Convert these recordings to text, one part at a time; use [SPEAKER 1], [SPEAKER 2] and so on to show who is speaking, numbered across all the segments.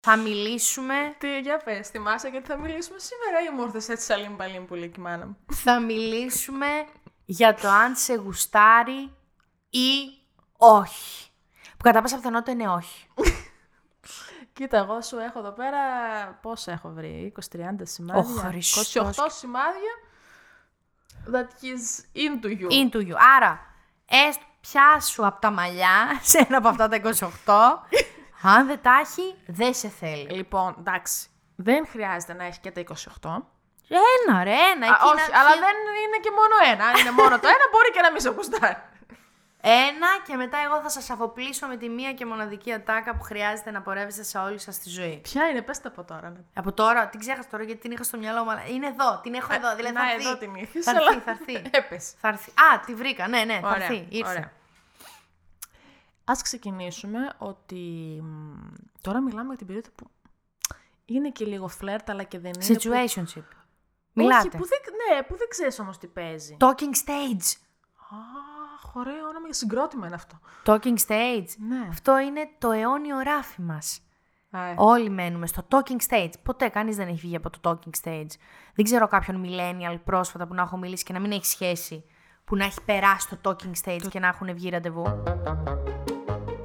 [SPEAKER 1] Θα μιλήσουμε.
[SPEAKER 2] Τι, για πες, θυμάσαι γιατί θα μιλήσουμε σήμερα ή μου ήρθες έτσι σαλίμπα παλίμπουλη εκεί μάνα μου.
[SPEAKER 1] Θα μιλήσουμε για το αν σε γουστάρει ή όχι. Που κατά πάσα πιθανότητα είναι όχι.
[SPEAKER 2] Κοίτα, εγώ σου έχω εδώ πέρα, πόσα έχω βρει, 20-30 σημάδια,
[SPEAKER 1] Ο Χριστός.
[SPEAKER 2] 28 σημάδια that he's into you.
[SPEAKER 1] Into you. Άρα, έστω πιάσου από τα μαλλιά σε ένα από αυτά τα 28. αν δεν τα έχει, δεν σε θέλει.
[SPEAKER 2] Λοιπόν, εντάξει, δεν χρειάζεται να έχει και τα 28.
[SPEAKER 1] Ένα ρε, ένα.
[SPEAKER 2] Α,
[SPEAKER 1] εκεί να-
[SPEAKER 2] όχι, αλλά δεν είναι και μόνο ένα. Αν είναι μόνο το ένα, μπορεί και να μην σε γουστάρει.
[SPEAKER 1] Ένα και μετά εγώ θα σας αφοπλίσω με τη μία και μοναδική ατάκα που χρειάζεται να πορεύεστε σε όλη σας τη ζωή.
[SPEAKER 2] Ποια είναι, πες τα από τώρα. ναι.
[SPEAKER 1] Από τώρα, την ξέχασα τώρα γιατί την είχα στο μυαλό μου, αλλά είναι εδώ, την έχω εδώ. Δηλαδή
[SPEAKER 2] Ε, να,
[SPEAKER 1] θα έρθει.
[SPEAKER 2] εδώ την είχες,
[SPEAKER 1] Θα
[SPEAKER 2] αλλά
[SPEAKER 1] έρθει, θα έρθει.
[SPEAKER 2] έπεσες.
[SPEAKER 1] Θα έρθει. Α, τη βρήκα, ναι, ναι, θα
[SPEAKER 2] Ωραία,
[SPEAKER 1] έρθει. Ήρθε.
[SPEAKER 2] ωραία. Ας ξεκινήσουμε ότι μ, τώρα μιλάμε για την περίοδο που είναι και λίγο φλερτ αλλά και δεν είναι. που-
[SPEAKER 1] Situationship.
[SPEAKER 2] Όχι,
[SPEAKER 1] Μιλάτε.
[SPEAKER 2] που δεν, ναι, που δεν ξέρεις όμως τι παίζει.
[SPEAKER 1] Talking stage.
[SPEAKER 2] Αχ, ωραίο όνομα για συγκρότημα είναι αυτό.
[SPEAKER 1] Talking stage.
[SPEAKER 2] Ναι. Ε.
[SPEAKER 1] Αυτό είναι το αιώνιο ράφι μας. Όλοι μένουμε στο talking stage. Ποτέ κανείς δεν έχει βγει από το talking stage. Δεν ξέρω κάποιον millennial πρόσφατα που να έχω μιλήσει και να μην έχει σχέση. Που να έχει περάσει το talking stage και να έχουν βγει ραντεβού.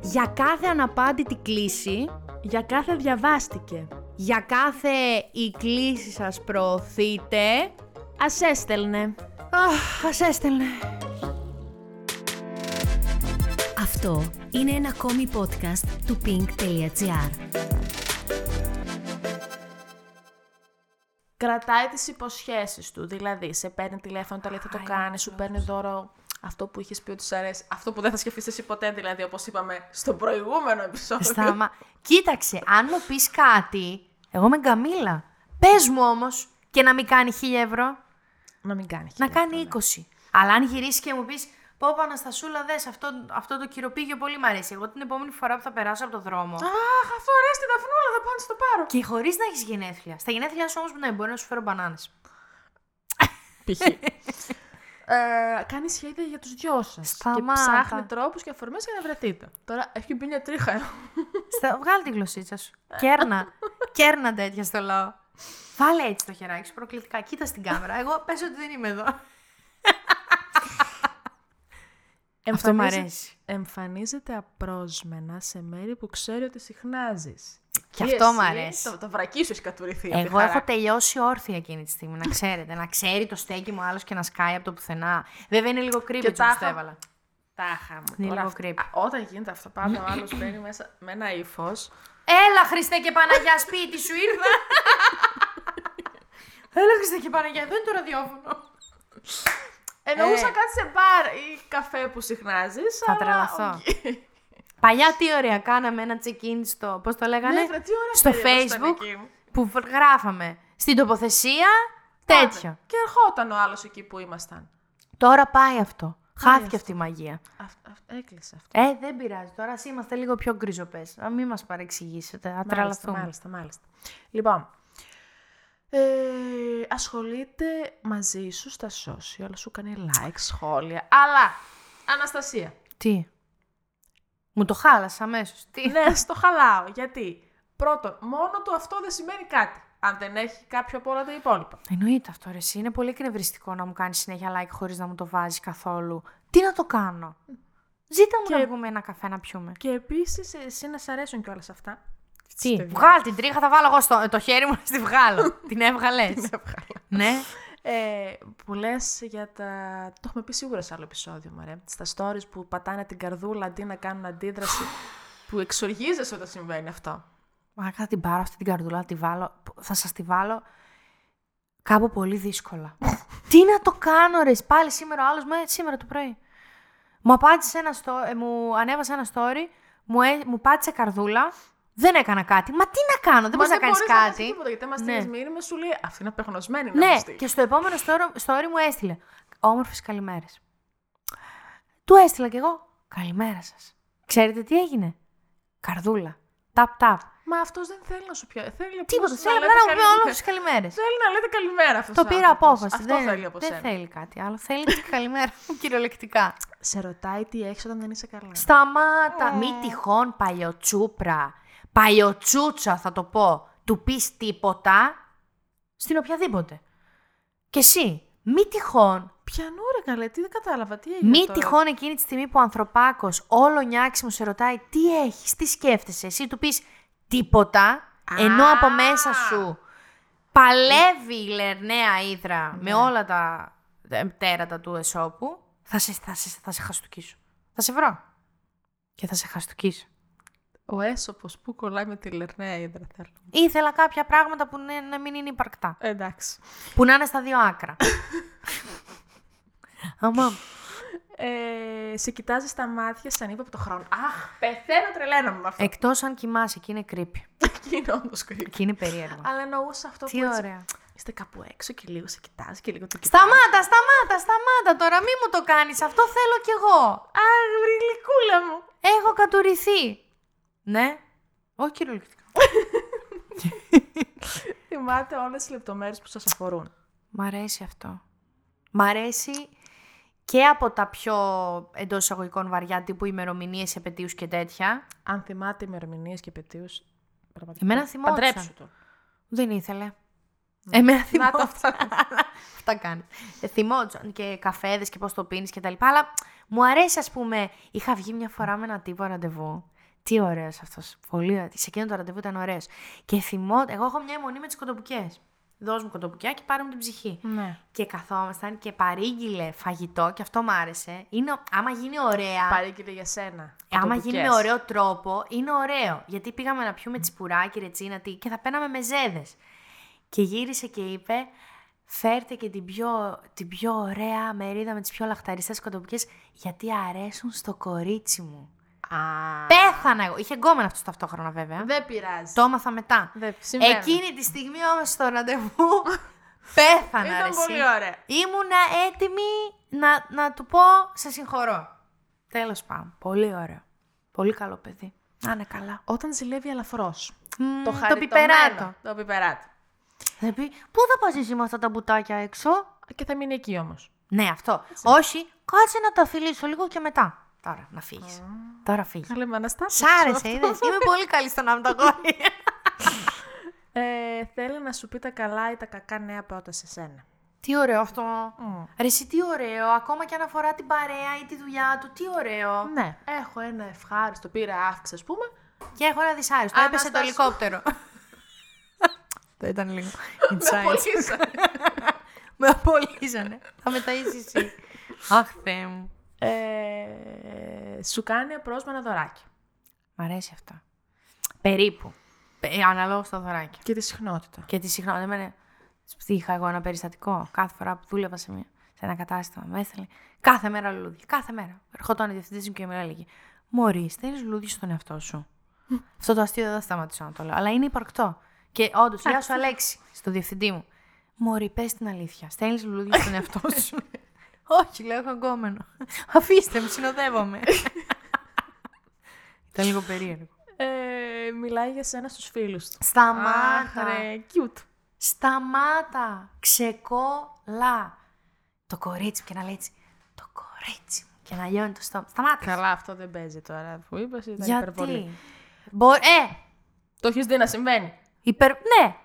[SPEAKER 1] Για κάθε αναπάντητη κλίση,
[SPEAKER 2] Για κάθε διαβάστηκε.
[SPEAKER 1] για κάθε η κλίση σας προωθείτε,
[SPEAKER 2] Ας έστελνε.
[SPEAKER 1] αχ, ας έστελνε.
[SPEAKER 3] Αυτό είναι ένα ακόμη podcast του pink.gr.
[SPEAKER 2] Κρατάει τις υποσχέσεις του. Δηλαδή, σε παίρνει τηλέφωνο, τα λέει θα το
[SPEAKER 1] Α,
[SPEAKER 2] κάνει, σου παίρνει δώρο αυτό που είχες πει ότι σου αρέσει. Αυτό που δεν θα σκεφτείς εσύ ποτέ, δηλαδή, όπως είπαμε στο προηγούμενο επεισόδιο.
[SPEAKER 1] Σταμα... Κοίταξε, αν μου πεις κάτι, εγώ είμαι γκαμίλα. Πες μου όμως και να μην κάνει 1000 ευρώ,
[SPEAKER 2] Να μην κάνει.
[SPEAKER 1] να κάνει 20. Αλλά αν γυρίσεις και μου πεις, Πω, πω, Αναστασούλα, δες αυτό, αυτό το κυροπήγιο πολύ μ' αρέσει. Εγώ την επόμενη φορά που θα περάσω από το δρόμο.
[SPEAKER 2] Αχ, αυτό αρέσει τη δαφνούλα, θα πάω να της το πάρω.
[SPEAKER 1] Και χωρίς να έχεις γενέθλια. Στα γενέθλια σου όμως ναι, μπορεί να σου φέρω μπανάνες.
[SPEAKER 2] Π.χ. Ε, κάνει σχέδια για τους δυος σας. Και
[SPEAKER 1] Σταμάτα.
[SPEAKER 2] ψάχνει τρόπους και αφορμές για να βρεθείτε. Τώρα έχει μπει μια τρίχα. ε.
[SPEAKER 1] Στα... Βγάλε τη γλωσσίτσα σου. Κέρνα. Κέρνα τέτοια στο λαό. Βάλε έτσι το χεράκι σου προκλητικά. Κοίτα στην κάμερα. Εγώ πες ότι δεν είμαι εδώ. Ε, Αυτό μ'
[SPEAKER 2] Εμφανίζε-
[SPEAKER 1] αρέσει.
[SPEAKER 2] Εμφανίζεται απρόσμενα σε μέρη που ξέρει ότι συχνάζεις.
[SPEAKER 1] Και αυτό μ' αρέσει.
[SPEAKER 2] Το, το βρακί σου έχει κατουρηθεί. απ' τη
[SPEAKER 1] Εγώ
[SPEAKER 2] χαρά.
[SPEAKER 1] έχω τελειώσει όρθια εκείνη τη στιγμή, να ξέρετε. να ξέρει το στέκι μου άλλος και να σκάει από το πουθενά. Βέβαια είναι λίγο creepy
[SPEAKER 2] Και
[SPEAKER 1] έτσι
[SPEAKER 2] τα
[SPEAKER 1] όπως
[SPEAKER 2] είχα-
[SPEAKER 1] το έβαλα.
[SPEAKER 2] Τάχα μου.
[SPEAKER 1] Είναι
[SPEAKER 2] Τώρα
[SPEAKER 1] λίγο
[SPEAKER 2] αυτό-
[SPEAKER 1] creepy.
[SPEAKER 2] α, Όταν γίνεται αυτό, πάντα ο άλλος μπαίνει μέσα με ένα ύφος.
[SPEAKER 1] Έλα Χριστέ και Παναγιά, σπίτι σου ήρθα. Έλα Χριστέ και Παναγιά, εδώ είναι το ραδιόφωνο.
[SPEAKER 2] Εννοούσα κάτι σε μπαρ ή καφέ που συχνάζεις.
[SPEAKER 1] Ε. Θα τρελαθώ. Παλιά τι ωραία κάναμε ένα check-in στο, πώς το λέγανε,
[SPEAKER 2] Ναι, βρε, τι ωραία
[SPEAKER 1] στο
[SPEAKER 2] περίοδος ήταν
[SPEAKER 1] facebook
[SPEAKER 2] εκείνη.
[SPEAKER 1] που γράφαμε στην τοποθεσία
[SPEAKER 2] Πάμε.
[SPEAKER 1] τέτοιο.
[SPEAKER 2] Και ερχόταν ο άλλος εκεί που ήμασταν.
[SPEAKER 1] Τώρα πάει αυτό. Χάθηκε
[SPEAKER 2] αυτό.
[SPEAKER 1] αυτή η μαγεία.
[SPEAKER 2] Αυτ- αυτ- έκλεισε αυτό.
[SPEAKER 1] Ε, δεν πειράζει. Τώρα ας είμαστε λίγο πιο γκριζοπές. Α, Μην μας παρεξηγήσετε. Θα
[SPEAKER 2] Μάλιστα,
[SPEAKER 1] τρελαθούμε.
[SPEAKER 2] μάλιστα, μάλιστα. Λοιπόν, ε, ασχολείται μαζί σου στα social, σου κάνει like, σχόλια, αλλά, Αναστασία,
[SPEAKER 1] Τι. Μου το χάλασε αμέσως. Τι.
[SPEAKER 2] ναι, στο χαλάω, γιατί πρώτον, μόνο του αυτό δεν σημαίνει κάτι, αν δεν έχει κάποιο από όλα τα υπόλοιπα.
[SPEAKER 1] Εννοείται αυτό ρε, εσύ. Είναι πολύ εκνευριστικό να μου κάνεις συνέχεια like χωρίς να μου το βάζεις καθόλου. Τι να το κάνω. Ζήτα μου
[SPEAKER 2] Και-
[SPEAKER 1] να βγούμε ένα καφέ να πιούμε.
[SPEAKER 2] Και επίσης, εσύ να σ' αρέσουν και όλα αυτά.
[SPEAKER 1] Τι.
[SPEAKER 2] παιδιά.
[SPEAKER 1] Βγάλ την τρίχα, θα βάλω εγώ στο, το χέρι μου να στη βγάλω. την έβγαλες. ναι.
[SPEAKER 2] Ε, που λες για τα. Το έχουμε πει σίγουρα σε άλλο επεισόδιο, μωρέ. Στα stories που πατάνε την καρδούλα αντί να κάνουν αντίδραση. που εξοργίζεσαι όταν συμβαίνει αυτό.
[SPEAKER 1] Μα θα την πάρω αυτή την καρδούλα, θα τη βάλω. Θα σας τη βάλω κάπου πολύ δύσκολα. Τι να το κάνω, ρε. Πάλι σήμερα ο άλλος μου, «Ε, σήμερα το πρωί. Μου απάντησε ένα story, μου ανέβασε ένα story, μου, έ- μου πάτησε καρδούλα, δεν έκανα κάτι. Μα τι να κάνω, δεν μπορείς να κάνεις
[SPEAKER 2] μπορείς κάνεις
[SPEAKER 1] κάτι.
[SPEAKER 2] Τίποτα, γιατί μα
[SPEAKER 1] Ναι.
[SPEAKER 2] ναι. μήνυμα, σου λέει Αυτή είναι απεγνωσμένη. να
[SPEAKER 1] Ναι,
[SPEAKER 2] μας στείλει».
[SPEAKER 1] και στο επόμενο story, story μου έστειλε. Όμορφες καλημέρες. Του έστειλα κι εγώ. Καλημέρα σας. Ξέρετε τι έγινε. Καρδούλα. Ταπ ταπ.
[SPEAKER 2] Μα αυτός δεν θέλει να σου πει. Θέλει απλώς
[SPEAKER 1] Τίποτα.
[SPEAKER 2] να
[SPEAKER 1] Θέλω
[SPEAKER 2] λέτε
[SPEAKER 1] να μου πει
[SPEAKER 2] καλημέρα.
[SPEAKER 1] όλε τι καλημέρες.
[SPEAKER 2] Θέλει να λέτε καλημέρα αυτός.
[SPEAKER 1] Το πήρα απόφαση.
[SPEAKER 2] Αυτό
[SPEAKER 1] δεν,
[SPEAKER 2] θέλει από
[SPEAKER 1] δεν
[SPEAKER 2] σένα.
[SPEAKER 1] θέλει κάτι άλλο. Θέλει και καλημέρα μου κυριολεκτικά.
[SPEAKER 2] Σε ρωτάει τι έχεις όταν δεν είσαι καλά.
[SPEAKER 1] Σταμάτα.
[SPEAKER 2] Ε.
[SPEAKER 1] Μη τυχόν παλιοτσούπρα. παλιοτσούτσα θα το πω, του πεις τίποτα στην οποιαδήποτε. Και εσύ, μη τυχόν
[SPEAKER 2] Πιανού ρε καλέ, τι δεν κατάλαβα, τι έγινε
[SPEAKER 1] Μη
[SPEAKER 2] τώρα.
[SPEAKER 1] τυχόν εκείνη τη στιγμή που ο ανθρωπάκος όλο νιάξιμο σε ρωτάει τι έχεις, τι σκέφτεσαι, εσύ του πεις τίποτα, ενώ από μέσα σου παλεύει η λερναία ύδρα με όλα τα ε, τέρατα του εσώπου, θα σε, θα σε, θα σε χαστουκίσω. Θα σε βρω. Και θα σε χαστουκίσω.
[SPEAKER 2] Ο έσωπος που κολλάει με τη λερναία ύδρα θέλω.
[SPEAKER 1] Ήθελα κάποια πράγματα που ναι- να μην είναι υπαρκτά.
[SPEAKER 2] Εντάξει.
[SPEAKER 1] Που να είναι στα δύο άκρα. Αμά.
[SPEAKER 2] Ε, σε κοιτάζεις στα μάτια σαν είπα από το χρόνο. Αχ, πεθαίνω, τρελαίνομαι με αυτό.
[SPEAKER 1] Εκτός αν κοιμάσαι και είναι κρύπη.
[SPEAKER 2] Εκεί είναι όντως κρύο.
[SPEAKER 1] Και είναι περίεργο.
[SPEAKER 2] Αλλά εννοούσα αυτό
[SPEAKER 1] Τι
[SPEAKER 2] που έτσι-
[SPEAKER 1] ωραία.
[SPEAKER 2] Είστε κάπου έξω και λίγο σε κοιτάζει και λίγο το κοιτάζει.
[SPEAKER 1] Σταμάτα, σταμάτα, σταμάτα τώρα, μη μου το κάνεις, αυτό θέλω κι εγώ.
[SPEAKER 2] Αχ, βρε γλυκούλα μου.
[SPEAKER 1] Έχω κατουριθεί. Ναι. Όχι κυριολεκτικά.
[SPEAKER 2] Θυμάται όλες τις λεπτομέρειες που σας αφορούν.
[SPEAKER 1] Μ' αρέσει αυτό. Μ' αρέσει και από τα πιο εντός εισαγωγικών βαριά τύπου ημερομηνίες, επαιτίους και τέτοια.
[SPEAKER 2] Αν θυμάται ημερομηνίες και επαιτίους. Πραγματικά.
[SPEAKER 1] Εμένα θυμόταν.
[SPEAKER 2] Παντρέψου το.
[SPEAKER 1] Δεν ήθελε. Εμένα
[SPEAKER 2] Να τα
[SPEAKER 1] θυμόταν.
[SPEAKER 2] αυτά.
[SPEAKER 1] Αυτά κάνει. Ε, Θυμόταν και καφέδες και πώς το πίνεις και τα λοιπά. Αλλά μου αρέσει, ας πούμε, είχα βγει μια φορά με έναν τύπο ραντεβού. Τι ωραίος αυτός. Πολύ ωραίος. Σε εκείνο το ραντεβού ήταν ωραίος. Και θυμόταν. Εγώ έχω μια αιμονή με τις κοντοπουκιέ. Δώσ' μου κοντοπουκιά και πάρε μου την ψυχή.
[SPEAKER 2] ναι.
[SPEAKER 1] Και καθόμασταν και παρήγγειλε φαγητό και αυτό μ' άρεσε. Είναι, ο- άμα γίνει ωραία.
[SPEAKER 2] Παρήγγειλε για σένα.
[SPEAKER 1] Ε, Άμα
[SPEAKER 2] Κοτοπουκές.
[SPEAKER 1] γίνει με ωραίο τρόπο, είναι ωραίο. Γιατί πήγαμε να πιούμε τσιπουράκι, ρετσίνα, τι, και θα πέναμε μεζέδες. Και γύρισε και είπε, φέρτε και την πιο, την πιο ωραία μερίδα με τις πιο λαχταριστές κοντοπικές, γιατί αρέσουν στο κορίτσι μου.
[SPEAKER 2] Α,
[SPEAKER 1] Πέθανα εγώ. Είχε γκόμενα αυτός ταυτόχρονα βέβαια.
[SPEAKER 2] Δεν πειράζει.
[SPEAKER 1] Το έμαθα μετά.
[SPEAKER 2] Δεν συμβαίνει.
[SPEAKER 1] Εκείνη τη στιγμή όμως στο ραντεβού πέθανα ρε
[SPEAKER 2] Ήταν
[SPEAKER 1] εσύ.
[SPEAKER 2] πολύ ωραία.
[SPEAKER 1] Ήμουνα έτοιμη να, να του πω σε συγχωρώ. Τέλος πάντων. Πολύ ωραίο. Πολύ καλό παιδί. Να είναι καλά.
[SPEAKER 2] Όταν ζηλεύει αλαφρό.
[SPEAKER 1] Μμμ,
[SPEAKER 2] το
[SPEAKER 1] το
[SPEAKER 2] χαριτωμένο.
[SPEAKER 1] πιπεράτο.
[SPEAKER 2] Το πιπεράτο.
[SPEAKER 1] Θα πει, πού θα πας εσύ με αυτά τα μπουτάκια έξω.
[SPEAKER 2] Και θα μείνει εκεί όμως.
[SPEAKER 1] Ναι, αυτό. Όχι, κάτσε να τα φιλήσω λίγο και μετά. Τώρα, να φύγεις. Τώρα φύγεις.
[SPEAKER 2] Καλή με Αναστάση.
[SPEAKER 1] Σ' άρεσε, είδες. Είμαι πολύ καλή στο να αγόρι.
[SPEAKER 2] Ε, θέλει να σου πει τα καλά ή τα κακά νέα πρώτα σε σένα.
[SPEAKER 1] Τι ωραίο αυτό. Ρε εσύ τι ωραίο, ακόμα και αν αφορά την παρέα ή τη δουλειά του, τι ωραίο.
[SPEAKER 2] Ναι. Έχω ένα ευχάριστο, πήρα αύξηση, ας πούμε.
[SPEAKER 1] Και έχω ένα δυσάριστο, έπεσε το
[SPEAKER 2] Αναστάσου.
[SPEAKER 1] ελικόπτερο. Το ήταν λίγο
[SPEAKER 2] Με απολύσανε.
[SPEAKER 1] Με απολύσανε. Θα με ταΐσεις εσύ. Αχ, Θεέ μου.
[SPEAKER 2] ε, σου κάνει απρόσμενα δωράκι.
[SPEAKER 1] Μ' αρέσει αυτό. Περίπου. Ε, Αναλόγως τα δωράκια.
[SPEAKER 2] Και τη συχνότητα.
[SPEAKER 1] Και τη συχνότητα. εμένα- Είχα εγώ ένα περιστατικό κάθε φορά που δούλευα σε, μια, σε ένα κατάστημα. Με έθελε κάθε μέρα λουλούδια. Κάθε μέρα. Ερχόταν η διευθυντής μου και μου έλεγε: Μωρή, θέλει λουλούδια στον εαυτό σου. Αυτό το αστείο δεν θα σταματήσω να το λέω. Αλλά είναι υπαρκτό. Και όντως, γεια σου Αλέξη, στο διευθυντή μου. Μωρή, πες την αλήθεια. Στέλνεις λουλούδια στον εαυτό σου. Όχι, λέω, έχω γκόμενο. Αφήστε με, συνοδεύομαι. Ήταν λίγο περίεργο.
[SPEAKER 2] Ε, μιλάει για σένα στους φίλους του. Αχ,
[SPEAKER 1] Σταμάτα.
[SPEAKER 2] ρε, cute.
[SPEAKER 1] Σταμάτα! Ξεκόλα! Το κορίτσι μου και να λέει έτσι. Το κορίτσι μου και να λιώνει το στόμα. Σταμάτα!
[SPEAKER 2] Καλά, αυτό δεν παίζει τώρα που είπες. Ήταν υπερβολή.
[SPEAKER 1] Γιατί? Μπο... Ε!
[SPEAKER 2] Το έχεις δει να συμβαίνει.
[SPEAKER 1] Υπερ... Ναι!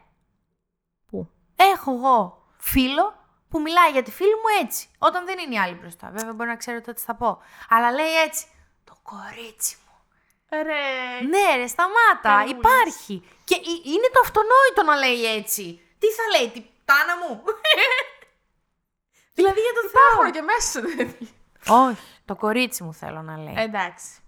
[SPEAKER 2] Πού?
[SPEAKER 1] Έχω εγώ φίλο που μιλάει για τη φίλη μου έτσι. Όταν δεν είναι η άλλη μπροστά. Βέβαια μπορεί να ξέρω τότε τι θα πω. Αλλά λέει έτσι. Το κορίτσι μου.
[SPEAKER 2] Ε, Ρε.
[SPEAKER 1] Ναι, ρε, σταμάτα.
[SPEAKER 2] Καλούλης.
[SPEAKER 1] Υπάρχει. Και ε- είναι το αυτονόητο να λέει έτσι. Τι θα λέει, τι τάνα μου. δηλαδή για το Θεό.
[SPEAKER 2] Υπάρχουν και μέσα δηλαδή.
[SPEAKER 1] Όχι, το κορίτσι μου θέλω να λέει.
[SPEAKER 2] Εντάξει.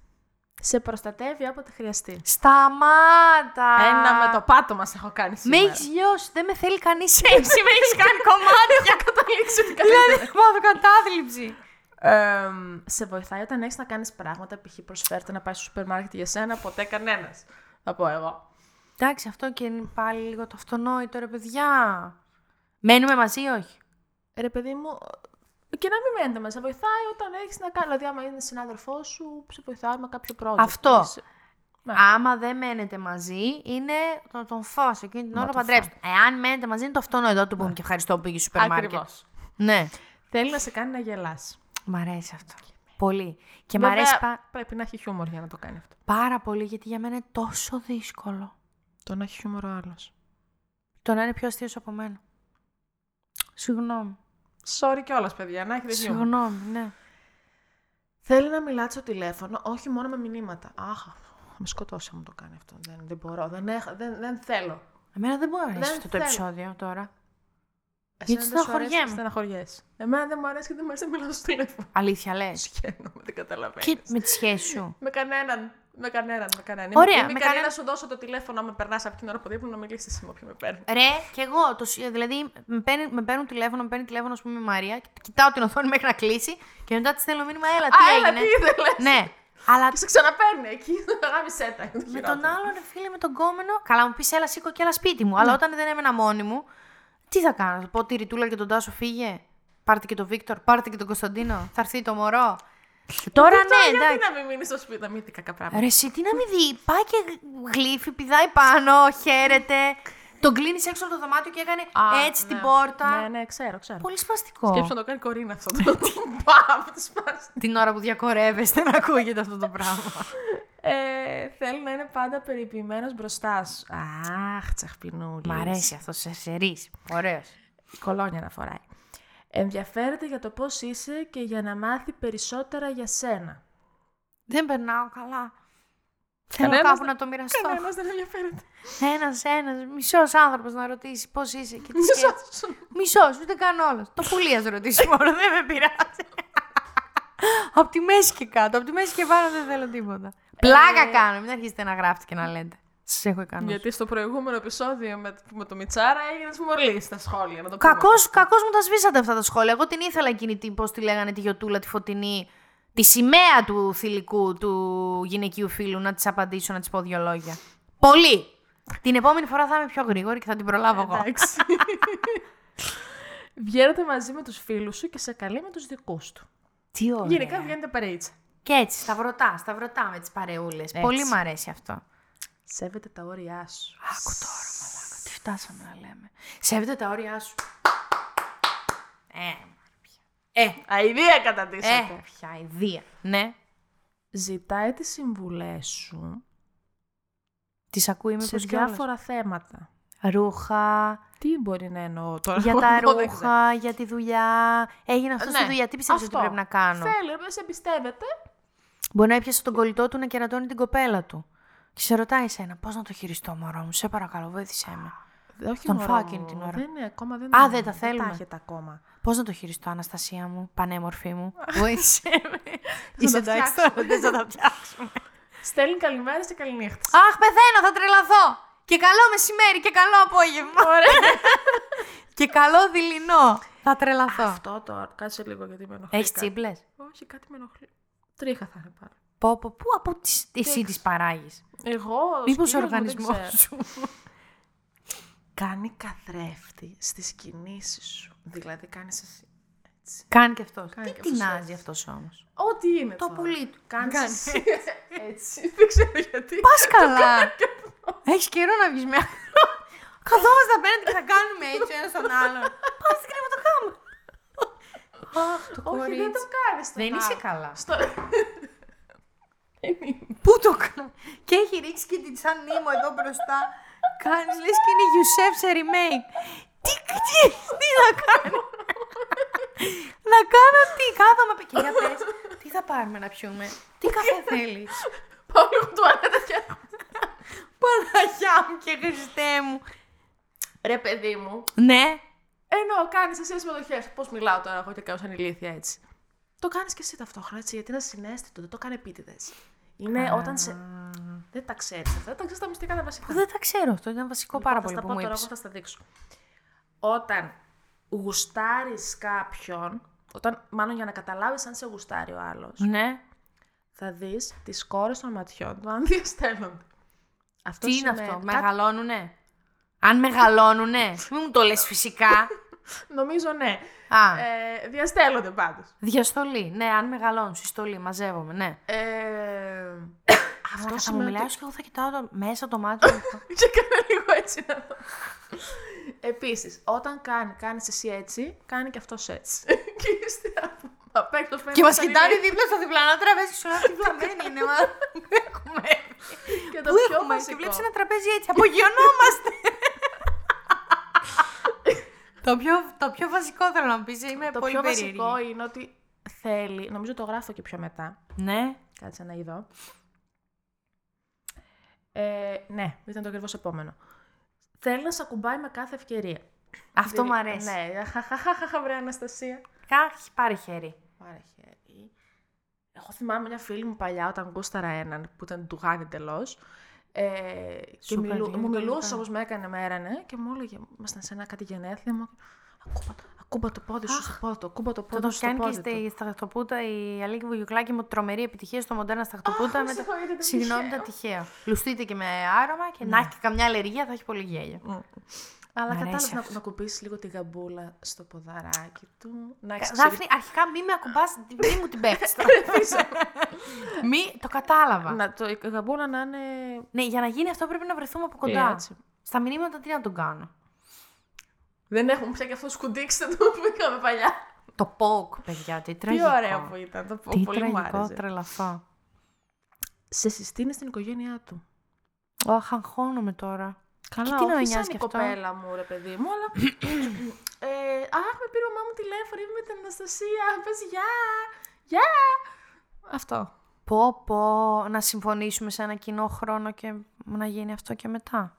[SPEAKER 2] Σε προστατεύει όποτε χρειαστεί.
[SPEAKER 1] Σταμάτα!
[SPEAKER 2] Ένα με το πάτωμα σε έχω κάνει
[SPEAKER 1] Με
[SPEAKER 2] σήμερα. Ε,
[SPEAKER 1] έχει λιώσει, δεν με θέλει κανείς έτσι, με έχεις κάνει κομμάτια.
[SPEAKER 2] καταλήξεις ότι
[SPEAKER 1] δηλαδή, πάθω κατάθλιψη.
[SPEAKER 2] σε βοηθάει όταν έχεις να κάνεις πράγματα. Π.χ. προσφέρεται να πάει στο σούπερ μάρκετ για σένα, ποτέ κανένας. Θα πω εγώ.
[SPEAKER 1] Εντάξει, αυτό και είναι πάλι λίγο το αυτονόητο, ρε παιδιά. Μένουμε μαζί ή όχι.
[SPEAKER 2] Ε, Ρε παιδί μου, και να μην μένετε μέσα. Βοηθάει όταν έχεις να κάνει. Δηλαδή, άμα είναι συνάδελφός σου, σε βοηθάει με κάποιο πρόβλημα.
[SPEAKER 1] Αυτό. Ε. Άμα δεν μένετε μαζί, είναι το τον φως εκείνη την
[SPEAKER 2] Να
[SPEAKER 1] ώρα
[SPEAKER 2] τον
[SPEAKER 1] παντρέψτε. Εάν μένετε μαζί, είναι το αυτονόητο. να Του πούμε και ευχαριστώ που πήγε στο σούπερ μάρκετ.
[SPEAKER 2] Ακριβώς.
[SPEAKER 1] Ναι.
[SPEAKER 2] Θέλει να σε κάνει να γελάσει.
[SPEAKER 1] Μ' αρέσει αυτό. Πολύ. Και μ'
[SPEAKER 2] Βέβαια,
[SPEAKER 1] αρέσει πα-
[SPEAKER 2] Πρέπει να έχει χιούμορ για να το κάνει αυτό.
[SPEAKER 1] πάρα πολύ γιατί για μένα είναι τόσο δύσκολο
[SPEAKER 2] Το να έχει χιούμορ ο άλλος.
[SPEAKER 1] το να είναι πιο αστείο από μένα. Συγγνώμη.
[SPEAKER 2] Sorry κιόλας, παιδιά, να έχετε χιούμορ.
[SPEAKER 1] Συγγνώμη, ναι.
[SPEAKER 2] Θέλει να μιλάτε στο τηλέφωνο, όχι μόνο με μηνύματα. Αχ, θα με σκοτώσει αν μου το κάνει αυτό. Δεν, δεν μπορώ, δεν, έχα, δεν, δεν θέλω.
[SPEAKER 1] Εμένα δεν μου αρέσει
[SPEAKER 2] Δεν
[SPEAKER 1] αυτό το
[SPEAKER 2] θέλω.
[SPEAKER 1] επεισόδιο τώρα.
[SPEAKER 2] Εσένα
[SPEAKER 1] Γιατί
[SPEAKER 2] δεν σου
[SPEAKER 1] στεναχωριέμαι.
[SPEAKER 2] αρέσει, Στεναχωριέσαι. Εμένα δεν μου αρέσει και δεν μου αρέσει να μιλάω στο τηλέφωνο.
[SPEAKER 1] Αλήθεια λες.
[SPEAKER 2] Σκένομαι, δεν καταλαβαίνω.
[SPEAKER 1] Και με τη σχέση σου.
[SPEAKER 2] Με κανέναν. Με κανέναν, με κανέναν.
[SPEAKER 1] Ωραία,
[SPEAKER 2] Είμαι
[SPEAKER 1] με
[SPEAKER 2] ικανή
[SPEAKER 1] κανέναν.
[SPEAKER 2] να σου δώσω το τηλέφωνο άμα περνάς από την ώρα που δίπλα να μιλήσει με όποιον με παίρνει.
[SPEAKER 1] Ρε, κι εγώ. Το, σ- δηλαδή, με, παίρνει, με παίρνουν τηλέφωνο, με παίρνει τηλέφωνο, ας πούμε, η Μαρία. και Κοιτάω την οθόνη μέχρι να κλείσει και μετά της στέλνω μήνυμα. Έλα, τι
[SPEAKER 2] Α, έλα,
[SPEAKER 1] έγινε.
[SPEAKER 2] τι ήθελε.
[SPEAKER 1] ναι. Αλλά
[SPEAKER 2] Και σε ξαναπαίρνει εκεί. Γάμισε τα.
[SPEAKER 1] με τον άλλον, ρε φίλε, με τον κόμενο. Καλά, μου πεις έλα, σήκω και έλα σπίτι μου. Αλλά όταν δεν έμενα μόνη μου, τι θα κάνω. Θα πω τη Ριτούλα και τον Τάσο φύγε. Πάρτε και τον Βίκτορ, πάρτε και τον Κωνσταντίνο. Θα έρθει το μωρό. Τώρα ναι, εντάξει.
[SPEAKER 2] Γιατί να μην μείνεις στο σπίτι, να μην τι κακά πράγματα.
[SPEAKER 1] Ρε εσύ, τι να μην δει, πάει και γλύφει, πηδάει πάνω, χαίρεται. Τον κλείνεις έξω από το δωμάτιο και έκανε
[SPEAKER 2] Α,
[SPEAKER 1] έτσι
[SPEAKER 2] ναι.
[SPEAKER 1] την πόρτα.
[SPEAKER 2] Ναι, ναι, ξέρω, ξέρω.
[SPEAKER 1] Πολύ σπαστικό.
[SPEAKER 2] Σκέψω να το κάνει κορίνα αυτό. Το μπαμ, τη σπάσει.
[SPEAKER 1] Την ώρα που διακορεύεστε να ακούγεται αυτό το πράγμα.
[SPEAKER 2] Ε, θέλει να είναι πάντα περιποιημένος μπροστά σου. Αχ, τσαχπινούλης.
[SPEAKER 1] Μ' αρέσει αυτό, σε σερή. Ωραίος.
[SPEAKER 2] Κολόνια να φοράει. Ενδιαφέρεται για το πώς είσαι και για να μάθει περισσότερα για σένα.
[SPEAKER 1] Δεν περνάω καλά. Θέλω
[SPEAKER 2] Κανένας
[SPEAKER 1] κάπου
[SPEAKER 2] δεν-
[SPEAKER 1] να το μοιραστώ.
[SPEAKER 2] Κανένας δεν ενδιαφέρεται.
[SPEAKER 1] Ένας, ένας, μισός άνθρωπος να ρωτήσει πώς είσαι και τις σκέφτεσαι. Μισός, ούτε καν όλος. Το πουλί ας ρωτήσει μόνο, δεν με πειράζει. απ' τη μέση και κάτω, απ' τη μέση και πάνω δεν θέλω τίποτα. Πλάκα
[SPEAKER 2] Ε.
[SPEAKER 1] κάνω, μην αρχίσετε να γράφετε και να λέτε. Σα έχω ικανός.
[SPEAKER 2] Γιατί στο προηγούμενο επεισόδιο με, με το Μιτσάρα έγινες μολύς στα σχόλια. Να το πούμε.
[SPEAKER 1] Κακώς, κακώς μου τα σβήσατε αυτά τα σχόλια. Εγώ την ήθελα εκείνη την, πώς τη λέγανε, τη γιοτούλα, τη φωτεινή, τη σημαία του θηλυκού, του γυναικείου φίλου, να της απαντήσω, να της πω δύο λόγια. Πολύ! Την επόμενη φορά θα είμαι πιο γρήγορη και θα την προλάβω εγώ.
[SPEAKER 2] Εντάξει. Βγαίνετε μαζί με τους φίλους σου και σε καλεί με τους δικούς του.
[SPEAKER 1] Τι ωραία.
[SPEAKER 2] Γενικά βγαίνετε παρέιτσα.
[SPEAKER 1] Και έτσι, σταυρωτά, σταυρωτά με τις παρεούλες. Πολύ μ' αρέσει αυτό.
[SPEAKER 2] Σέβεται τα όρια σου.
[SPEAKER 1] Άκου τώρα, μαλάκα. Τι φτάσαμε να λέμε. Σέβεται τα όρια σου. Ε, ε,
[SPEAKER 2] Αιδία καταντήσατε.
[SPEAKER 1] ε, πια ιδέα. Ναι.
[SPEAKER 2] Ζητάει τις συμβουλές σου
[SPEAKER 1] Τις ακούει με
[SPEAKER 2] σε διάφορα θέματα.
[SPEAKER 1] Ρούχα,
[SPEAKER 2] Τι μπορεί να εννοώ τώρα.
[SPEAKER 1] για τα
[SPEAKER 2] εγώ δεν ξέρω.
[SPEAKER 1] ρούχα, για τη δουλειά. Έγινε αυτός στη
[SPEAKER 2] Ναι,
[SPEAKER 1] δουλειά. Τι πιστεύεις ότι
[SPEAKER 2] αυτό.
[SPEAKER 1] πρέπει να κάνω.
[SPEAKER 2] Θέλει, δεν σε εμπιστεύεται.
[SPEAKER 1] Μπορεί να έπιασε τον κολλητό του να κερατώνει την κοπέλα του. Και σε ρωτάει εσένα, πώς να το χειριστώ, μωρό μου. Σε παρακαλώ, βοήθησέ με.
[SPEAKER 2] Όχι
[SPEAKER 1] Τον
[SPEAKER 2] μωρό
[SPEAKER 1] φάω
[SPEAKER 2] μου,
[SPEAKER 1] εκείνη την ώρα.
[SPEAKER 2] Δεν είναι ακόμα, δεν,
[SPEAKER 1] Α, δεν τα θέλουμε.
[SPEAKER 2] Δεν έχετε ακόμα.
[SPEAKER 1] Πώς να το χειριστώ, Αναστασία μου, πανέμορφή μου. Βοήθησέ με. Είσαι
[SPEAKER 2] τα
[SPEAKER 1] εντάξει
[SPEAKER 2] φτιάξουμε.
[SPEAKER 1] τώρα, δεν θα τα φτιάξουμε.
[SPEAKER 2] Στέλνει καλημέρες και καληνύχτες.
[SPEAKER 1] Αχ, πεθαίνω, θα τρελαθώ. Και καλό μεσημέρι και καλό απόγευμα.
[SPEAKER 2] Ωραία.
[SPEAKER 1] και καλό δειλινό. Θα τρελαθώ.
[SPEAKER 2] Αυτό τώρα, κάτσε λίγο γιατί με ενοχλεί.
[SPEAKER 1] Έχεις
[SPEAKER 2] κάτι.
[SPEAKER 1] τσίπλε.
[SPEAKER 2] Όχι, κάτι με ενοχλεί. Τρίχα θα είναι πάλι.
[SPEAKER 1] Πω, πω, πού από τις, εσύ τις παράγεις.
[SPEAKER 2] Εγώ.
[SPEAKER 1] Μήπως ο
[SPEAKER 2] κυρίως μου, δεν
[SPEAKER 1] οργανισμός
[SPEAKER 2] ξέρω.
[SPEAKER 1] σου.
[SPEAKER 2] Κάνει καθρέφτη στις κινήσεις σου. Δηλαδή κάνεις εσύ. έτσι.
[SPEAKER 1] Κάνει και αυτός.
[SPEAKER 2] Κάνει
[SPEAKER 1] Τι
[SPEAKER 2] και αυτός,
[SPEAKER 1] τεινάζει αυτός όμως.
[SPEAKER 2] Ό,τι είναι.
[SPEAKER 1] Το
[SPEAKER 2] τώρα.
[SPEAKER 1] πουλί του.
[SPEAKER 2] Κάνεις
[SPEAKER 1] Κάνεις.
[SPEAKER 2] εσύ. έτσι. Δεν ξέρω γιατί.
[SPEAKER 1] Πας καλά. Έχεις καιρό να βγεις με άλλο. Καθόμαστε απέναντι και θα κάνουμε έτσι ο ένας τον άλλον. Πας στην κρεβατοκάμα. Αχ, το
[SPEAKER 2] Όχι, δεν το
[SPEAKER 1] κορίτσι.
[SPEAKER 2] κάνεις το
[SPEAKER 1] Δεν
[SPEAKER 2] να-
[SPEAKER 1] είσαι καλά.
[SPEAKER 2] Στο... Δεν είμαι.
[SPEAKER 1] Πού το κάνω. Και έχει ρίξει και την σαν νήμο εδώ μπροστά. Κάνεις, λες και είναι Γιουσέφ σε remake. Τι, τι, τι να κάνω. να κάνω τι, κάθομαι. απ' εκεί. για πες, τι θα πάρουμε να πιούμε. Τι καφέ θέλεις.
[SPEAKER 2] Πάω λίγο τουαλέτα και
[SPEAKER 1] Παναγιά μου και Χριστέ μου.
[SPEAKER 2] Ρε παιδί μου.
[SPEAKER 1] Ναι.
[SPEAKER 2] Ενώ κάνεις εσύ συμμετοχές. Πώς μιλάω τώρα εγώ και κάνω σαν ηλίθεια έτσι. Το κάνεις και εσύ ταυτόχρονα έτσι γιατί είναι συνέστητο. Δεν το κάνει επίτηδες. Είναι όταν σε... Δεν τα ξέρεις αυτά. Δεν τα ξέρεις τα μυστικά τα βασικά.
[SPEAKER 1] Που δεν τα ξέρω αυτό, ήταν βασικό πάρα πολύ
[SPEAKER 2] Λοιπόν, θα
[SPEAKER 1] που μου
[SPEAKER 2] στα πω
[SPEAKER 1] είπες.
[SPEAKER 2] τώρα, εγώ θα στα δείξω. Όταν γουστάρεις κάποιον, όταν, μάλλον για να καταλάβεις αν σε γουστάρει ο άλλος,
[SPEAKER 1] Ναι.
[SPEAKER 2] θα δεις τις κόρες των ματιών του αν διαστέλλονται. Αυτό
[SPEAKER 1] Τι είναι
[SPEAKER 2] σημαίνει-
[SPEAKER 1] αυτό,
[SPEAKER 2] κάτι-
[SPEAKER 1] μεγαλώνουνε. Αν μεγαλώνουνε, μην μου το λες φυσικά.
[SPEAKER 2] Νομίζω ναι.
[SPEAKER 1] Α.
[SPEAKER 2] Ε, διαστέλλονται πάντως.
[SPEAKER 1] Διαστολή. Ναι, αν μεγαλώνουν, συστολή, μαζεύομαι, ναι.
[SPEAKER 2] Ε,
[SPEAKER 1] Αυτό
[SPEAKER 2] αυτό
[SPEAKER 1] θα μου
[SPEAKER 2] σημαίνει...
[SPEAKER 1] μιλάω και εγώ θα κοιτάω το- μέσα το μάτι μου. αυτό.
[SPEAKER 2] ότι- Και κάνω λίγο έτσι να δω. Επίσης, όταν κάνει, κάνεις εσύ έτσι, κάνει και αυτός έτσι. και είστε από- Απ' έξω φαίνεται
[SPEAKER 1] Και μας
[SPEAKER 2] σαν
[SPEAKER 1] κοιτάνε
[SPEAKER 2] είναι-
[SPEAKER 1] δίπλα στο διπλανό τραπέζι. Σου λέω τι βλαμμένη είναι, μα. Έχουμε.
[SPEAKER 2] Και το
[SPEAKER 1] Πού
[SPEAKER 2] πιο
[SPEAKER 1] έχουμε. Και
[SPEAKER 2] βασικό.
[SPEAKER 1] βλέπεις ένα τραπέζι έτσι. Απογειωνόμαστε. το, πιο, το πιο βασικό θέλω να μου πεις. Είμαι
[SPEAKER 2] Το
[SPEAKER 1] Ε, πολύ
[SPEAKER 2] πιο
[SPEAKER 1] περίεργη.
[SPEAKER 2] βασικό είναι ότι θέλει. Νομίζω το γράφω και πιο μετά.
[SPEAKER 1] Ναι.
[SPEAKER 2] Κάτσε να είδω. Ε, ναι, ήταν το ακριβώς επόμενο. Θέλει να σε ακουμπάει με κάθε ευκαιρία.
[SPEAKER 1] Αυτό
[SPEAKER 2] Δηλαδή-
[SPEAKER 1] μου αρέσει. Ναι.
[SPEAKER 2] Ναι, χαχαχαχαχα, βρε Αναστασία.
[SPEAKER 1] πάρει χέρι.
[SPEAKER 2] Πάρε χέρι. Εγώ θυμάμαι μια φίλη μου παλιά όταν γούσταρα έναν που ήταν ντουγάδι εντελώ. Ε, και
[SPEAKER 1] Σου
[SPEAKER 2] μιλού-
[SPEAKER 1] κάνει
[SPEAKER 2] μου
[SPEAKER 1] το
[SPEAKER 2] μιλούσε
[SPEAKER 1] λιγάκι.
[SPEAKER 2] όπως με έκανε, με έρανε και μου έλεγε: Ήμασταν σε ένα κάτι γενέθλια μου. Ακούμπα, το- ακούμπα το πόδι σου στο πόδι του. Ακούμπα το
[SPEAKER 1] Το
[SPEAKER 2] πόδι
[SPEAKER 1] το
[SPEAKER 2] σου στο
[SPEAKER 1] πιάνει και
[SPEAKER 2] πόδι του.
[SPEAKER 1] στη σταχτοπούτα η Αλίκη Βουγιουκλάκη με τρομερή επιτυχία στο μοντέρνα σταχτοπούτα.
[SPEAKER 2] Αχ,
[SPEAKER 1] με
[SPEAKER 2] με
[SPEAKER 1] τα-
[SPEAKER 2] συγχωρείτε, ήταν
[SPEAKER 1] Συγγνώμη,
[SPEAKER 2] τυχαίο.
[SPEAKER 1] ήταν τυχαίο. Ναι. Λουστείτε και με άρωμα και να έχει και καμιά αλλεργία θα έχει πολύ γέλιο.
[SPEAKER 2] Αλλά
[SPEAKER 1] Μ' αρέσει
[SPEAKER 2] κατάλαβες να,
[SPEAKER 1] αυτός.
[SPEAKER 2] να κουμπίσεις λίγο τη γαμπούλα στο ποδαράκι του. Να
[SPEAKER 1] Κα-
[SPEAKER 2] έχεις
[SPEAKER 1] Δάφνη, αρχικά μη με ακουμπάς, μη μου την πέφτεις. μη, το κατάλαβα.
[SPEAKER 2] Να, το, η γαμπούλα να είναι.
[SPEAKER 1] Ναι, για να γίνει αυτό πρέπει να βρεθούμε από
[SPEAKER 2] Ε,
[SPEAKER 1] κοντά.
[SPEAKER 2] έτσι.
[SPEAKER 1] Στα μηνύματα τι να τον κάνω.
[SPEAKER 2] Δεν έχουμε πια και αυτό σκουντίξτε το που είχαμε παλιά.
[SPEAKER 1] Το πόκ, παιδιά, τι
[SPEAKER 2] Τι
[SPEAKER 1] τραγικό.
[SPEAKER 2] ωραίο που ήταν. Το
[SPEAKER 1] Τι
[SPEAKER 2] πολύ μου
[SPEAKER 1] τραγικό,
[SPEAKER 2] άρεσε.
[SPEAKER 1] τρελαθώ.
[SPEAKER 2] σε συστήνει στην οικογένειά του.
[SPEAKER 1] Αχ, αγχώνομαι τώρα.
[SPEAKER 2] Καλά,
[SPEAKER 1] Και τι να
[SPEAKER 2] όχι
[SPEAKER 1] νοιάζει
[SPEAKER 2] σαν
[SPEAKER 1] κι
[SPEAKER 2] η
[SPEAKER 1] αυτό.
[SPEAKER 2] κοπέλα μου, ρε παιδί μου, αλλά... ε, αχ, με πήρε η μαμά μου τηλέφωνο, είμαι με την Αναστασία, πες γεια, γεια. Αυτό.
[SPEAKER 1] Πω, πω, να συμφωνήσουμε σε ένα κοινό χρόνο και να γίνει αυτό και μετά.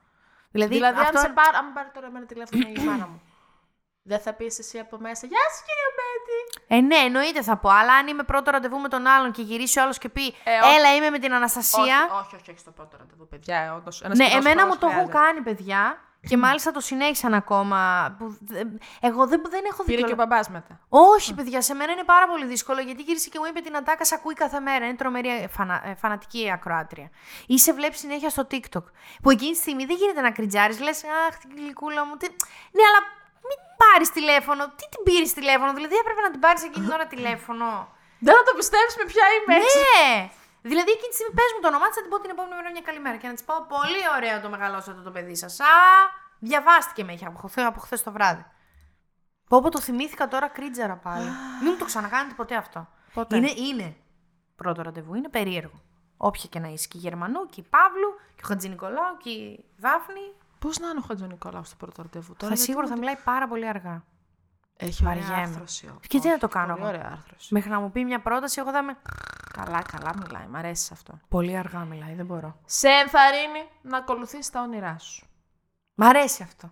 [SPEAKER 1] Δηλαδή,
[SPEAKER 2] Δηλαδή,
[SPEAKER 1] αυτό...
[SPEAKER 2] αν, σε πάρει, αν πάρει τώρα εμένα τηλέφωνο η μάνα μου, δεν θα πεις εσύ από μέσα, γεια σου κύριε Μπέτη.
[SPEAKER 1] Ε, ναι, εννοείται θα πω. Αλλά αν είμαι πρώτο ραντεβού με τον άλλον και γυρίσει ο άλλος και πει
[SPEAKER 2] Ε, όχι.
[SPEAKER 1] Έλα, είμαι με την Αναστασία.
[SPEAKER 2] Όχι, όχι, όχι, στο πρώτο ραντεβού, παιδιά, όντως. ένας
[SPEAKER 1] Ναι,
[SPEAKER 2] κοινός
[SPEAKER 1] εμένα
[SPEAKER 2] χρόνος
[SPEAKER 1] μου το έχουν
[SPEAKER 2] χρειάζεται.
[SPEAKER 1] κάνει, παιδιά. Και μάλιστα το συνέχισαν ακόμα. που δε- Εγώ δεν, δεν έχω
[SPEAKER 2] Πήρε
[SPEAKER 1] δικαιολο-
[SPEAKER 2] και ο μπαμπάς μετά.
[SPEAKER 1] Όχι, παιδιά, σε μένα είναι πάρα πολύ δύσκολο γιατί γύρισε και μου είπε την Αντάκα, σε ακούει κάθε μέρα. Είναι τρομερή φανα- ε, φανατική ακροάτρια. Ή σε βλέπει συνέχεια στο TikTok. Που εκείνη τη στιγμή δεν γίνεται να κριτζάρεις, λες, Αχ, την γλυκούλα μου. Τι... Ναι, αλλά μην πάρεις τηλέφωνο. Τι την πήρες τηλέφωνο, δηλαδή έπρεπε να την πάρεις εκείνη την ώρα τηλέφωνο.
[SPEAKER 2] Δεν θα το πιστέψεις με ποια είμαι.
[SPEAKER 1] Ναι! Δηλαδή εκείνη τη στιγμή πες μου το όνομά της, θα την πω την επόμενη μέρα μια καλημέρα και να της πω: Πολύ ωραίο το μεγαλώσατε το παιδί σας. Α, διαβάστηκε με είχε από χθε από χθες το βράδυ. Πω πω το θυμήθηκα τώρα κρίτζαρα πάλι. Μην μου το ξανακάνετε ποτέ αυτό.
[SPEAKER 2] Ποτέ.
[SPEAKER 1] Είναι, είναι. Πρώτο ραντεβού, είναι περίεργο. Όποια και να είσαι, και η Γερμανού, και η Παύλου, και ο Χατζη Νικολάου, και η Δάφνη.
[SPEAKER 2] Πώς να είναι ο Χατζο Νικολάου στο πρώτο ραντεβού τώρα.
[SPEAKER 1] Θα
[SPEAKER 2] γιατί
[SPEAKER 1] σίγουρα
[SPEAKER 2] μου
[SPEAKER 1] θα μιλάει πάρα πολύ αργά.
[SPEAKER 2] Έχει ωραία
[SPEAKER 1] Βαριέμαι.
[SPEAKER 2] άρθρωση. ο-
[SPEAKER 1] Και τι να
[SPEAKER 2] όχι,
[SPEAKER 1] το κάνω
[SPEAKER 2] Πολύ
[SPEAKER 1] εγώ.
[SPEAKER 2] ωραία άρθρωση.
[SPEAKER 1] Μέχρι να μου πει μια πρόταση, εγώ θα είμαι.
[SPEAKER 2] Καλά, καλά μιλάει. Μ' αρέσει αυτό.
[SPEAKER 1] Πολύ αργά μιλάει, δεν μπορώ.
[SPEAKER 2] Σε ενθαρρύνει να ακολουθείς τα όνειρά σου.
[SPEAKER 1] Μ' αρέσει αυτό.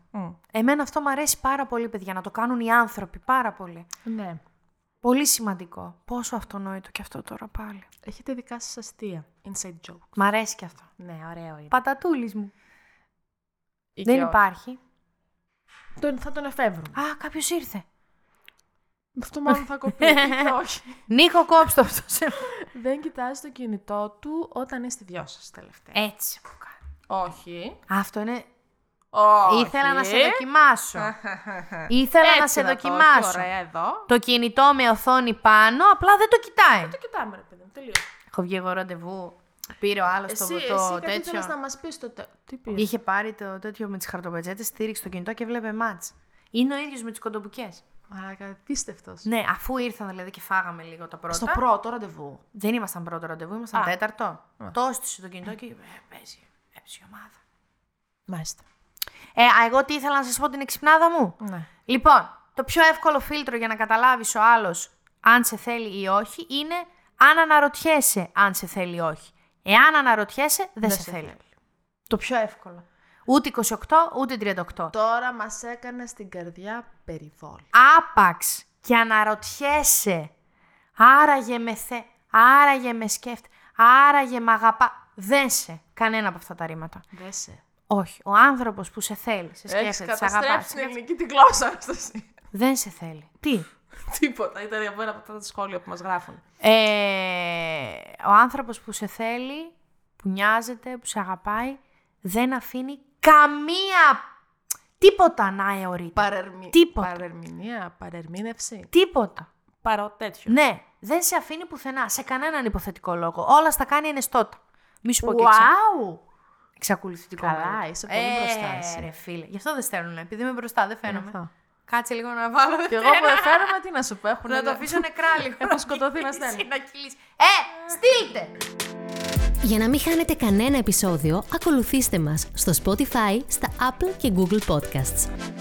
[SPEAKER 1] Εμένα αυτό μου αρέσει πάρα πολύ, παιδιά, να το κάνουν οι άνθρωποι πάρα πολύ.
[SPEAKER 2] Ναι.
[SPEAKER 1] Πολύ σημαντικό. Πόσο αυτονόητο και αυτό τώρα πάλι.
[SPEAKER 2] Έχετε δικά σας αστεία. Inside joke.
[SPEAKER 1] Μ' αρέσει και αυτό.
[SPEAKER 2] Ναι, ωραίο είναι.
[SPEAKER 1] Πατατούλης μου. Δεν υπάρχει.
[SPEAKER 2] Τον, θα τον εφεύρουμε.
[SPEAKER 1] Α, κάποιος ήρθε.
[SPEAKER 2] Αυτό μάλλον θα κοπεί. ή όχι.
[SPEAKER 1] Νίκο, κόψτε αυτό. σε-
[SPEAKER 2] Δεν κοιτάζει το κινητό του όταν είστε δυο σας τελευταία.
[SPEAKER 1] Έτσι μου κάνει.
[SPEAKER 2] Όχι.
[SPEAKER 1] Αυτό είναι.
[SPEAKER 2] Όχι.
[SPEAKER 1] Ήθελα να σε δοκιμάσω. Ήθελα
[SPEAKER 2] Έτσι
[SPEAKER 1] να σε
[SPEAKER 2] το- όχι,
[SPEAKER 1] δοκιμάσω.
[SPEAKER 2] Ωραία, εδώ.
[SPEAKER 1] Το κινητό με οθόνη πάνω, απλά δεν το κοιτάει.
[SPEAKER 2] Το κοιτάμε, ρε παιδί μου. Τελείωσε.
[SPEAKER 1] Έχω βγει εγώ ραντεβού. Πήρε ο άλλος το,
[SPEAKER 2] Εσύ,
[SPEAKER 1] το
[SPEAKER 2] εσύ κάτι
[SPEAKER 1] τέτοιο.
[SPEAKER 2] θέλεις να μας πεις το τε- Τι πήρες?
[SPEAKER 1] Είχε πάρει το τέτοιο με τις χαρτοπετζέτε, στήριξε το κινητό και βλέπε μάτ. Είναι ο ίδιος με τις κοντοπουκέ.
[SPEAKER 2] Μαράκα, απίστευτος.
[SPEAKER 1] Ναι, αφού ήρθαν δηλαδή και φάγαμε λίγο τα πρώτα.
[SPEAKER 2] Στο πρώτο ραντεβού.
[SPEAKER 1] Δεν ήμασταν πρώτο ραντεβού, ήμασταν
[SPEAKER 2] Α.
[SPEAKER 1] τέταρτο.
[SPEAKER 2] Α.
[SPEAKER 1] Το έστησε το κινητό και είπε: «Ε, Παίζει, παίζει η ομάδα.
[SPEAKER 2] Ναι, Μάλιστα.
[SPEAKER 1] Ε, α, εγώ τι ήθελα να σας πω την εξυπνάδα μου.
[SPEAKER 2] Ναι.
[SPEAKER 1] Λοιπόν, το πιο εύκολο φίλτρο για να καταλάβεις ο άλλος αν σε θέλει ή όχι είναι αν αναρωτιέσαι αν σε θέλει ή όχι. Εάν αναρωτιέσαι, δεν, σε, θέλει.
[SPEAKER 2] Το πιο εύκολο.
[SPEAKER 1] Ούτε 28, ούτε 38.
[SPEAKER 2] Τώρα μας έκανε στην καρδιά περιβόλη.
[SPEAKER 1] άπαξ και αναρωτιέσαι. Άραγε με θε, άραγε με σκέφτε, άραγε με αγαπά. Δεν σε κανένα από αυτά τα ρήματα.
[SPEAKER 2] Δεν σε.
[SPEAKER 1] Όχι. Ο άνθρωπος που σε θέλει, σε
[SPEAKER 2] Έχεις
[SPEAKER 1] σκέφτεται, σε αγαπά,
[SPEAKER 2] καταστρέψει την ελληνική τη γλώσσα, Αναστασία.
[SPEAKER 1] δεν σε θέλει. Τι.
[SPEAKER 2] Τίποτα. Ήταν από ένα από αυτά τα σχόλια που μας γράφουν.
[SPEAKER 1] Ε, ο άνθρωπος που σε θέλει, που νοιάζεται, που σε αγαπάει, δεν αφήνει καμία τίποτα να αιωρείται.
[SPEAKER 2] Παρερμη...
[SPEAKER 1] Τίποτα.
[SPEAKER 2] Παρερμηνία, παρερμήνευση.
[SPEAKER 1] Τίποτα.
[SPEAKER 2] Παρό τέτοιο.
[SPEAKER 1] Ναι, δεν σε αφήνει πουθενά, σε κανέναν υποθετικό λόγο. Όλα στα κάνει ενεστώτα. Μη σου πω και εξα...
[SPEAKER 2] Wow!
[SPEAKER 1] εξακολουθητικό.
[SPEAKER 2] Καλά,
[SPEAKER 1] μέλλον.
[SPEAKER 2] είσαι πολύ
[SPEAKER 1] ε,
[SPEAKER 2] μπροστά εσύ.
[SPEAKER 1] Ρε φίλε, γι' αυτό δεν στέλνουν, επειδή είμαι μπροστά, δεν φαίνομαι.
[SPEAKER 2] αυτό.
[SPEAKER 1] Κάτσε λίγο να βάλω.
[SPEAKER 2] Και εγώ που εφέρομαι, τι να σου πω, έχουν.
[SPEAKER 1] Να το αφήσω νεκρά λίγο.
[SPEAKER 2] Έχω σκοτωθεί να στέλνει.
[SPEAKER 1] Να κυλήσει. Ε, στείλτε!
[SPEAKER 3] Για να μην χάνετε κανένα επεισόδιο, ακολουθήστε μας στο Spotify, στα Apple και Google Podcasts.